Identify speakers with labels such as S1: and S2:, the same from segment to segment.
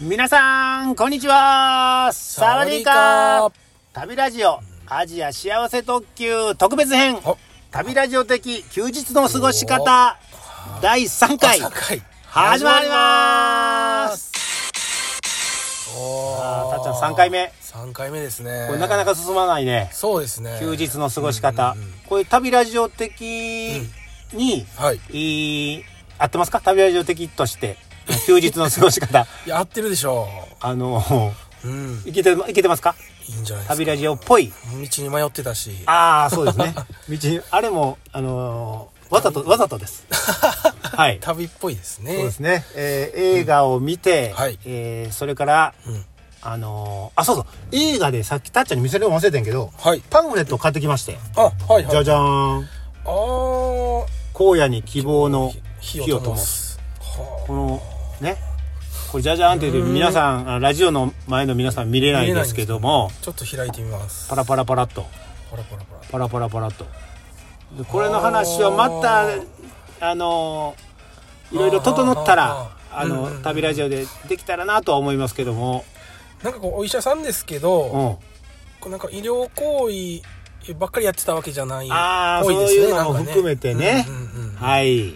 S1: 皆さん、こんにちはサワディーカー旅ラジオ、アジア幸せ特急特別編
S2: お、
S1: 旅ラジオ的休日の過ごし方、第3回、
S2: 朝会
S1: 始まります
S2: お
S1: あーたっちゃん3回目。
S2: 3回目ですね
S1: これなかなか進まないね。
S2: そうですね
S1: 休日の過ごし方
S2: うんうんうん。
S1: これ旅ラジオ的に、
S2: はい
S1: いい合ってますか旅ラジオ的として、休日の過ごし 方。
S2: いや合ってるでしょ
S1: あの、
S2: ううん
S1: いけて、いけてますか
S2: いいんじゃないです
S1: 旅
S2: か
S1: ラジオっぽい。
S2: 道に迷ってたし
S1: ああ、そうです ね。道に、あれも、あのーわざと、わざとです。はい。
S2: 旅っぽいですね
S1: そうですね。えー映画を見て、
S2: はい
S1: えーそれから、
S2: うん
S1: あのーあ、そうそう。映画でさっきたっちゃんに見せるの忘れてんけど、
S2: はい
S1: パンフレットを買ってきまして。
S2: あはいはい
S1: じゃじゃーん。
S2: あー
S1: 荒野に希望の
S2: 火
S1: 火
S2: を
S1: を
S2: 灯
S1: 灯す。
S2: すは
S1: この、ね。これじゃじゃーんって言って、皆さん、あラジオの前の皆さん見れないんですけども、
S2: あちょっと開いてみます
S1: パラパラパラっと。
S2: パラパラパラ
S1: パラパラパラっとでこれの話はまたあのいろいろ整ったら
S2: あー
S1: あの、
S2: うんうんうん
S1: 旅ラジオでできたらなとは思いますけども、
S2: なんかこうお医者さんですけ
S1: う
S2: ど
S1: ん、
S2: こうなんか医療行為ばっかりやってたわけじゃない
S1: あー
S2: 多いです
S1: そう
S2: ね
S1: いうのも
S2: なんか
S1: 含めてね
S2: うんうんうん
S1: はい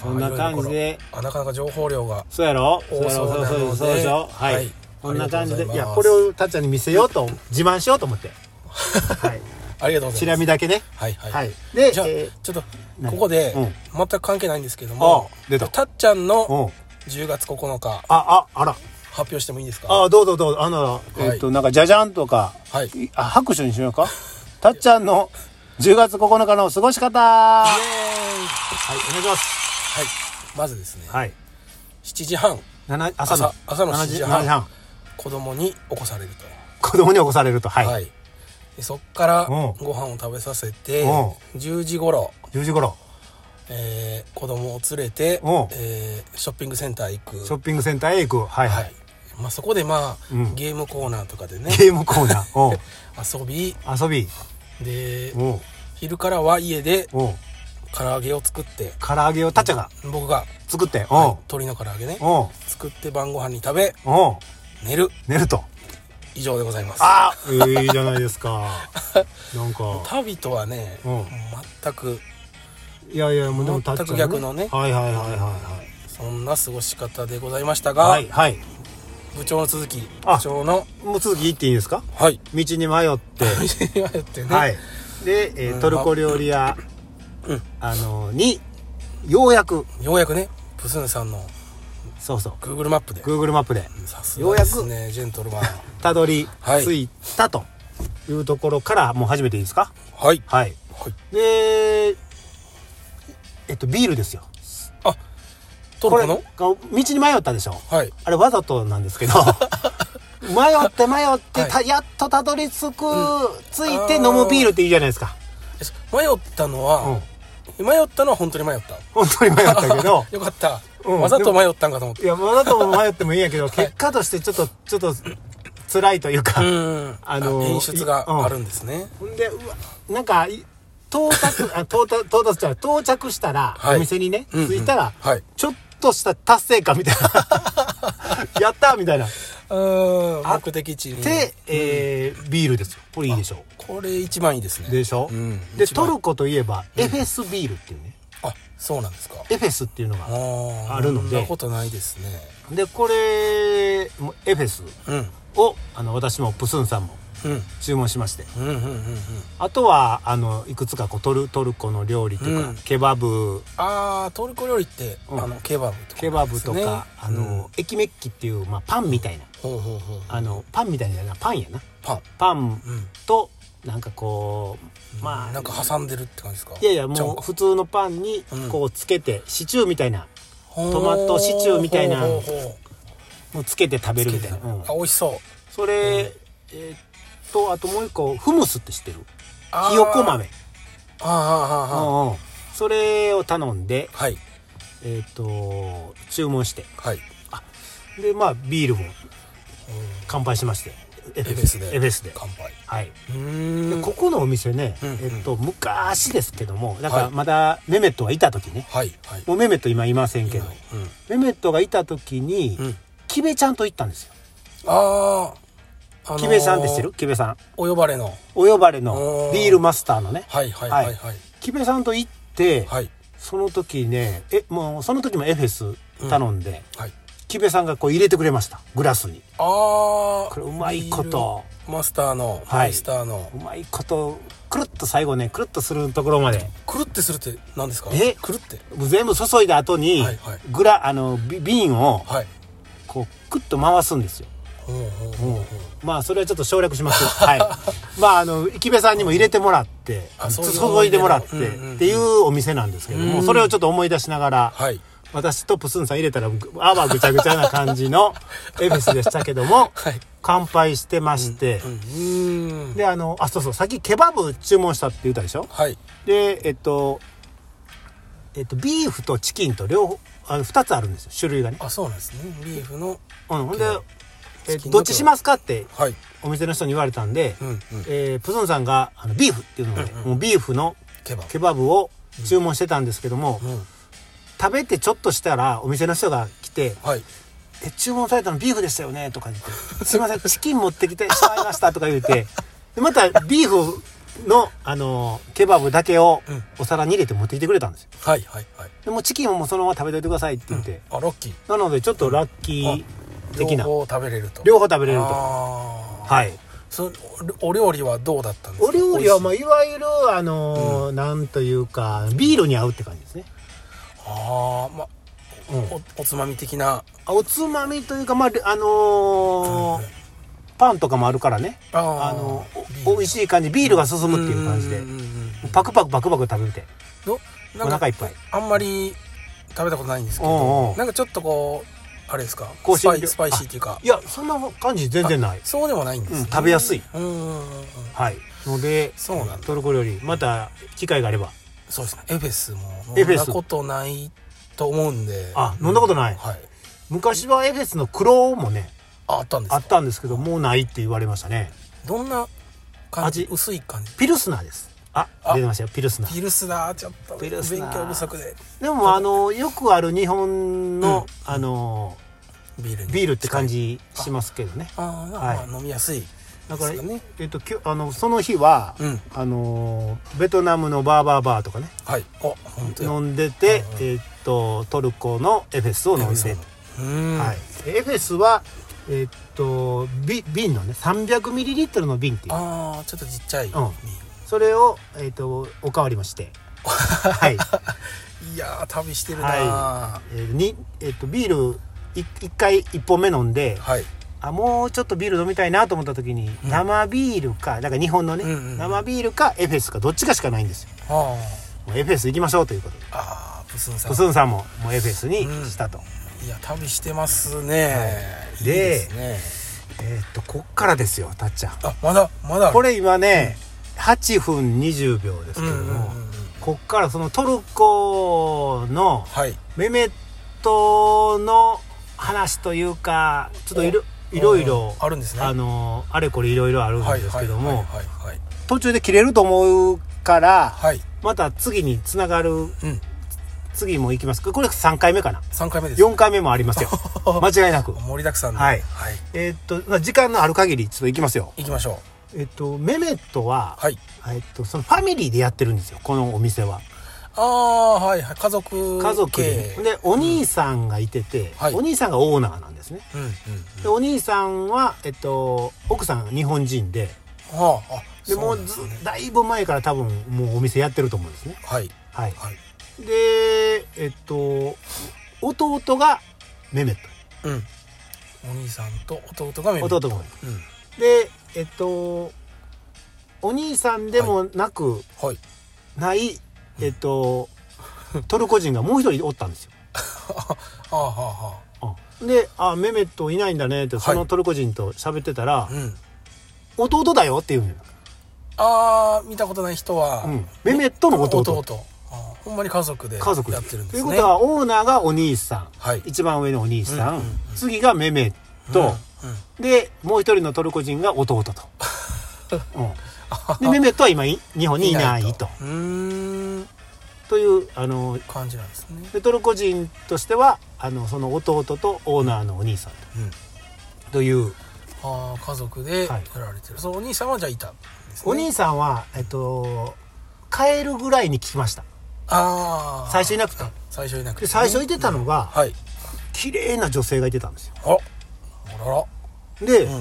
S1: そん
S2: あ
S1: な
S2: ー
S1: 感じで
S2: いろいろこれあなかなか情報量が
S1: そうやろそう
S2: 多
S1: やろ
S2: そうな
S1: そうそ
S2: の
S1: う
S2: で
S1: そうでしょはい、
S2: はい
S1: こんな感じでい
S2: ありがとうございます
S1: やこれをたっちゃんに見せようと自慢しようと思って はい
S2: ありがとうござ
S1: チ
S2: いま
S1: ラ
S2: す
S1: 見だけね
S2: はいはい、
S1: はいで
S2: じゃあ、
S1: えー
S2: ちょっと
S1: 何
S2: ここで、
S1: うん
S2: 全く関係ないんですけども
S1: あ出た
S2: っちゃんの
S1: うん
S2: 10月9日
S1: あああら
S2: 発表してもいいですか
S1: あどうぞどうぞあの、えっ、となんかじゃじゃんとか
S2: はいイエーイ
S1: あ拍手にしようかたっちゃんの10月9日の過ごし方はいお願いします
S2: はいまずですね、
S1: はい
S2: 7時半
S1: 7朝の
S2: 朝朝の7時半
S1: 7時半
S2: 子供に起こされると
S1: 子供に起こされるとはい、
S2: はい、でそっから
S1: うん
S2: ご飯を食べさせて
S1: う
S2: 10時頃、
S1: 10時頃
S2: えー、子供を連れて、
S1: うん
S2: えーショッピングセンター行く
S1: ショッピングセンターへ行くはいは、
S2: はいいまあ、そこでまあ、
S1: うん
S2: ゲームコーナーとかでね
S1: ゲームコーナ ー
S2: 遊び
S1: おう遊び
S2: で
S1: おう
S2: 昼からは家で
S1: おう
S2: 唐揚げを作って
S1: 唐揚げをたっちゃんが
S2: 僕が
S1: 作っておう、
S2: 鶏の唐揚げね
S1: おう
S2: 作って晩ご飯に食べ
S1: おう
S2: 寝る
S1: 寝ると
S2: 以上でございます
S1: ああ、えーいいじゃないです かなんか
S2: 旅とはね、
S1: うん
S2: 全く
S1: いやいやもうでもたっちゃん、
S2: 全く逆のね
S1: はいはいはいはいはい
S2: そんな過ごし方でございましたが、
S1: はいはい
S2: 部長の続き部
S1: あ
S2: 長の
S1: もう続き言っていいですか
S2: はい
S1: 道に迷って
S2: 言われ てね、
S1: はい、で、えー
S2: うん
S1: トルコ料理屋、
S2: うん
S1: あのにようやく
S2: ようやくねプスンさんの
S1: そうそう
S2: Google マップで
S1: Google マップで
S2: さすがですねジェントルマン
S1: たどり
S2: はい
S1: 着いたというところからもう始めていいですか
S2: はい
S1: はい
S2: はい
S1: でえっとビールですよ
S2: あトルコの
S1: これ道に迷ったでしょ
S2: はい
S1: あれわざとなんです けど迷って迷って、たやっとたどり着く、着いて飲むビールっていいじゃないですか
S2: 迷ったのは、迷ったのは本当に迷った
S1: 本当に迷ったけど
S2: よかった、
S1: うん
S2: わざと迷ったんかと思って
S1: いや、わざとも迷ってもいいんやけど、結果としてちょっと、ちょっと、辛いというか。
S2: うん
S1: あ
S2: あ
S1: の
S2: の
S1: ー
S2: 演出があるんですね、
S1: ほんで、うわ、なんか、い到達、あ到達、到達じゃない到着したら、
S2: はい
S1: お店にね、
S2: うんうん
S1: 着いたら、
S2: はい
S1: ちょっとした達成感み たいな。やったーみたいな。
S2: うん目的地に
S1: で、えービールですよ。これいいでしょ
S2: これ一番いいですね
S1: でしょ、
S2: うん
S1: で、
S2: 一番
S1: トルコといえば、エフェスビールっていうね、
S2: あそうなんですか
S1: エフェスっていうのが。
S2: あー
S1: あるので
S2: そんなことないですね
S1: で、これ、もうエフェス
S2: うん
S1: を、あの、私もプスンさんも
S2: うん
S1: 注文しまして。
S2: うんうんうんうん
S1: あとはあのいくつかこうトルトルコの料理とか、
S2: うん
S1: ケバブ
S2: ああトルコ料理って、
S1: うん
S2: あのケバブとか、
S1: ケバブとか、あの、、エキメッキっていう、まあ、パンみたいな
S2: ほうほうほう
S1: あのパンみたいなパンやな
S2: パン
S1: パン
S2: うん
S1: となんかこうまあ
S2: なんか挟んでるって感じですか
S1: いやいや
S2: ちゃ
S1: も
S2: か
S1: う普通のパンに
S2: うん
S1: こうつけてシチューみたいな
S2: ほう
S1: トマトシチューみたいな
S2: ほうほうほう
S1: のつけて食べるみたいな、うん
S2: あ美味しそう
S1: それ、えーっとあともう一個フムスって知ってる
S2: あー
S1: ひよこ豆、
S2: あああああ
S1: うんうんそれを頼んで、
S2: はい
S1: えーっと注文して
S2: はい
S1: でまあビールも乾杯しましてエ
S2: エフェスで
S1: エフェスで
S2: 乾杯
S1: はい、
S2: う
S1: で
S2: ーん
S1: ここのお店ね、
S2: うんうん
S1: えっと、昔ですけどもだから
S2: はい
S1: まだメメットがいた時ね
S2: はいはい
S1: もうメメット今いませんけど
S2: うん
S1: メメットがいた時に、
S2: うん
S1: キベちゃんと行ったんですよ。
S2: ああ、あのー
S1: キベさんって知ってるキベさん。
S2: お呼ばれの。
S1: お呼ばれ
S2: う
S1: の
S2: ん
S1: ビールマスターのね。
S2: はいはいはいはい。
S1: キベさんと行って、
S2: はい。
S1: その時ね、え、もうその時もエフェス頼んで、
S2: はい。
S1: キベさんがこう入れてくれました。グラスに。
S2: ああ。
S1: これうまいこと。
S2: ビールマスターの、
S1: はい
S2: マスターの
S1: う。まいこと、くるっと最後ね、くるっとするところまで。
S2: くるってするって何ですか
S1: え
S2: くるって。
S1: 全部注いだ後に、
S2: はいはい
S1: グラ、あの、び瓶を、
S2: はい。
S1: こう、くっと回すんですよ。
S2: ほうほうほうほう
S1: まあそれはちょっと省略し ます。はい。まああの池部さんにも入れてもらって、
S2: あそういう
S1: 注いでもらってっ
S2: うんうんうん
S1: ていうお店なんですけども、それをちょっと思い出しながら、
S2: はい。
S1: 私とプスンさん入れたらあわぐちゃぐちゃな感じ のエフェスでしたけども、
S2: はい
S1: 乾杯してまして、
S2: うーん。
S1: であのあそうそうさっきケバブ注文したって言ったでしょ。
S2: はい。
S1: でえっとえっとビーフとチキンと両方あの二つあるんですよ種類がね。
S2: あ、そうなんですね。ビーフの。
S1: うん、ほんで
S2: ケバブ
S1: え
S2: チキンと
S1: どっちしますかって
S2: はい。
S1: お店の人に言われたんで。
S2: うんうん。
S1: えープソンさんがあのビーフっていうので、もうビーフの
S2: ケバブ。
S1: ケバブを注文してたんですけども、
S2: うん。
S1: 食べてちょっとしたらお店の人が来て
S2: はい。
S1: 「え注文されたのビーフでしたよね」とか言 って「すいませんチキン持ってきてしまいました」とか言ってでまたビーフの、あのーケバブだけを
S2: うん
S1: お皿に入れて持ってきてくれたんですよ。
S2: はいはいはい。
S1: でもうチキンをもうそのまま食べといてくださいって言って、
S2: あ、ロッキー。
S1: なのでちょっとラッキー的な
S2: 両方食べれると。
S1: 両方食べれると。
S2: ああ。
S1: はい
S2: そおお料理はどうだったんですか
S1: お料理はまあ
S2: 美味しい
S1: いわゆるあのーなんというかビールに合うって感じですね。
S2: ああまあ
S1: うん
S2: おおつまみ的な
S1: あおつまみというかまああのー
S2: うんうん
S1: パンとかもあるからね。
S2: あー
S1: あの
S2: ビール
S1: お美味しい感じビールが進むっていう感じで
S2: んうんうん
S1: パクパクパクパク食べて
S2: ど
S1: お
S2: なん
S1: 腹
S2: か
S1: いっぱい。
S2: あんまり食べたことないんですけ
S1: おうお
S2: ど
S1: う
S2: なんかちょっとこうあれですか
S1: 香
S2: スパ
S1: 辛
S2: イ
S1: 料
S2: スパイシーっていうか
S1: いやそんな感じ全然ない。
S2: そうでもないんですね
S1: うん食べやすい
S2: うんうんうんうん
S1: はい。ので
S2: そうなんだ
S1: トルコ料理また機会があれば
S2: そうですねエフェスも
S1: エ
S2: 飲ん
S1: フェ
S2: だ
S1: ス
S2: ことないと思うんで
S1: あ飲んだことない
S2: はい
S1: 昔はエフェスの黒もね
S2: ああったんです
S1: あ
S2: か
S1: ったんですけどもうないって言われましたね。
S2: どんな感じ
S1: 味
S2: 薄い感じ
S1: ピルスナーです。あ
S2: あ
S1: 出てましたよピルスナー。
S2: ピルスだちょっと
S1: ピ
S2: 勉
S1: ル
S2: 強
S1: スだ
S2: 不足で
S1: でもあのよくある日本の、あの
S2: ビールに
S1: ビールって感じしますけどね。
S2: ああ、
S1: はい
S2: まあ飲みやすい
S1: だから
S2: ですね
S1: えっと、きゅあのその日は、
S2: うん
S1: あのーベトナムのバーバーバーとかね
S2: はいあ本当や
S1: 飲んでて、
S2: うん
S1: えっとトルコのエフェスを飲んで、
S2: うーん
S1: はい、エフェスはえっとび瓶のね 300ml の瓶っていう
S2: ああちょっとちっちゃい、
S1: んそれを、えっとおかわりましてはい、
S2: いやー旅してるな
S1: は
S2: は
S1: えーにえっとビール 1, 回1本目飲んで
S2: い、はい、
S1: あもうちょっとビール飲みたいなと思った時に、生ビールかだから日本のね、
S2: うんうんうん
S1: 生ビールかエフェスかどっちかしかないんですよ
S2: あ
S1: もうエフェス行きましょうということで
S2: ーあープスンさん
S1: プスンさんももうエフェスにしたと、
S2: いや旅してますね、
S1: い
S2: い、いですね
S1: えーっとこっからですよたっちゃん
S2: あまだまだ
S1: こ
S2: れ
S1: れ今ね、8分20秒です
S2: うん
S1: け
S2: う
S1: ども、
S2: んうんうん
S1: こっからそのトルコの
S2: はい
S1: メメットの話というかちょっといろ
S2: お
S1: いろいろ
S2: あるんですね
S1: あのあれこれいろいろあるん
S2: はい
S1: です
S2: は
S1: け
S2: い
S1: ど
S2: はい
S1: も、
S2: はいはい
S1: 途中で切れると思うから、
S2: はい
S1: また次につながる
S2: うん
S1: 次も行きますかこれ3回目かな
S2: 三回目です
S1: 4回目もあり ますよ間違いなく
S2: 盛りだくさんで
S1: はい
S2: はい、
S1: えっとまあ時間のある限りちょっと行きますよ
S2: 行きましょう
S1: えっとメメットは、
S2: はい
S1: えっとそのファミリーでやってるんですよこのお店は
S2: ああはいはい家族
S1: 家族で、
S2: 経営
S1: でお兄さんがいてて、
S2: はい
S1: お兄さんがオーナーなんですね
S2: うんうん
S1: でお兄さんは、えっと、奥さんが日本人で
S2: はああ
S1: で
S2: そ
S1: もう
S2: なんす
S1: ず
S2: ね
S1: だいぶ前から多分もうお店やってると思うんですね
S2: はい
S1: はい
S2: はい
S1: でえっと弟がメメッ
S2: うんお兄さんと弟がメ
S1: ト
S2: メ
S1: 弟がメメッ
S2: うん
S1: トでえっとお兄さんでもなく、
S2: はい
S1: ない、えっと、トルコ人がもう一人おったんですよ。
S2: はあはあは
S1: で「あメメットいないんだね」って
S2: はい
S1: そのトルコ人と喋ってたら
S2: あうん
S1: 「弟だよ」って言うのよ、
S2: ああ見たことない人は
S1: うん、メメットの弟
S2: ああほんまに家族で
S1: 家族
S2: やってるんです
S1: と
S2: ね
S1: いうことはオーナーがお兄さん、
S2: はい
S1: 一番上のお兄さん、
S2: うんうん
S1: 次がメメッ
S2: うん
S1: ト、
S2: うん
S1: でもう一人のトルコ人が弟 と、 うん、でメメットは今い日本にいないと
S2: うーん
S1: というあの
S2: 感じなんですね。
S1: でトルコ人としてはあのその弟とオーナーのお兄さん
S2: うん、
S1: とという
S2: ああ家族でや
S1: はい
S2: られてる、そうお兄さんはじゃあいたんです、ね、
S1: お兄さんは、えっと、帰るぐらいに聞きました
S2: ああ
S1: 最初いなくて
S2: 最初いなくて、
S1: で最初いてたのが、
S2: はい
S1: 綺麗な女性がいてたんですよ
S2: ああらら
S1: で,、
S2: ん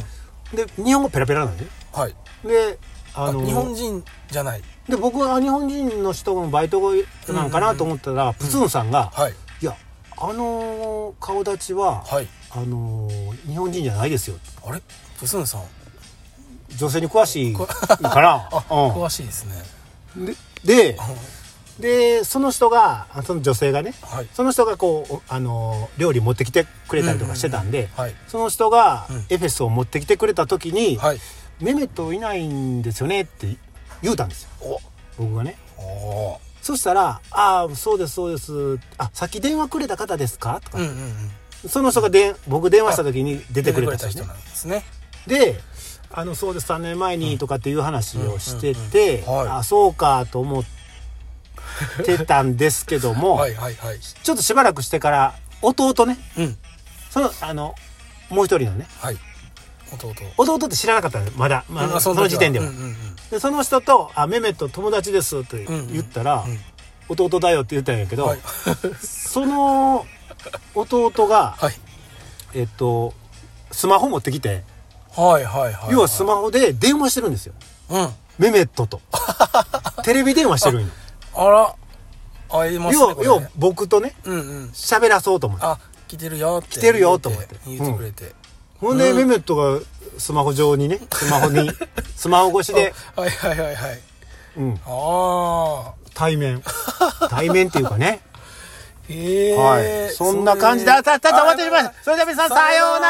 S1: で日本語ペラペラなのね
S2: はい
S1: で
S2: あ
S1: あの
S2: 日本人じゃない
S1: で僕はあ日本人の人のバイトなんかなと思ったら、プツンさんが、
S2: はい
S1: いやあの顔立ちは、
S2: はい
S1: あの日本人じゃないですよ
S2: あれプスンさん
S1: 女性に詳 しいから
S2: あ、
S1: う
S2: 詳しいですね
S1: ん、でででその人があその女性がね
S2: はい
S1: その人がこうおあの料理持ってきてくれたりとかしてたんで、
S2: はい
S1: その人が
S2: うん
S1: エフェスを持ってきてくれた時に「
S2: はい
S1: メメトいないんですよね」って言うたんですよ
S2: お
S1: 僕がね。
S2: おー
S1: そしたら「ああそうですそうです」あ「さっき電話くれた方ですか?」とか、
S2: うんうんうん
S1: その人がで僕電話した時に出てくれた人,、
S2: 出
S1: ね、
S2: なんですね
S1: で「あのそうです3年前に」とかっていう話をしてて「
S2: うんうんうんはい
S1: あそうか」と思ってたんですけども、
S2: はいはいはい
S1: ちょっとしばらくしてから弟ね
S2: うん
S1: そのあのもう一人のね
S2: はい弟
S1: 弟って知らなかったのよまだ、まあその時点では、
S2: うんうんうん
S1: でその人と「あメメと友達です」と
S2: うんうん
S1: 言ったら「
S2: うん
S1: 弟だよ」って言ったんやけど、
S2: はい
S1: その弟が、
S2: はい
S1: えっとスマホ持ってきて、
S2: はいはいはい
S1: 要はスマホで電話してるんですよ
S2: うん
S1: メメット とテレビ電話してるんよ
S2: あら会いますね
S1: 要は
S2: これね
S1: 要は僕とね
S2: うんうん
S1: 喋らそうと思って
S2: あ来てるよって
S1: 来てるよと思って
S2: 言ってくれて、
S1: ほんで、メメットがスマホ上にねスマホ にスマホ越しで、
S2: あはいはいはいはい
S1: うん、
S2: ああ
S1: 対 面対面っていうかね
S2: へえ
S1: はい。そんな感じで、あた、た、た、終わってしまいました。それでは皆さん、さようなら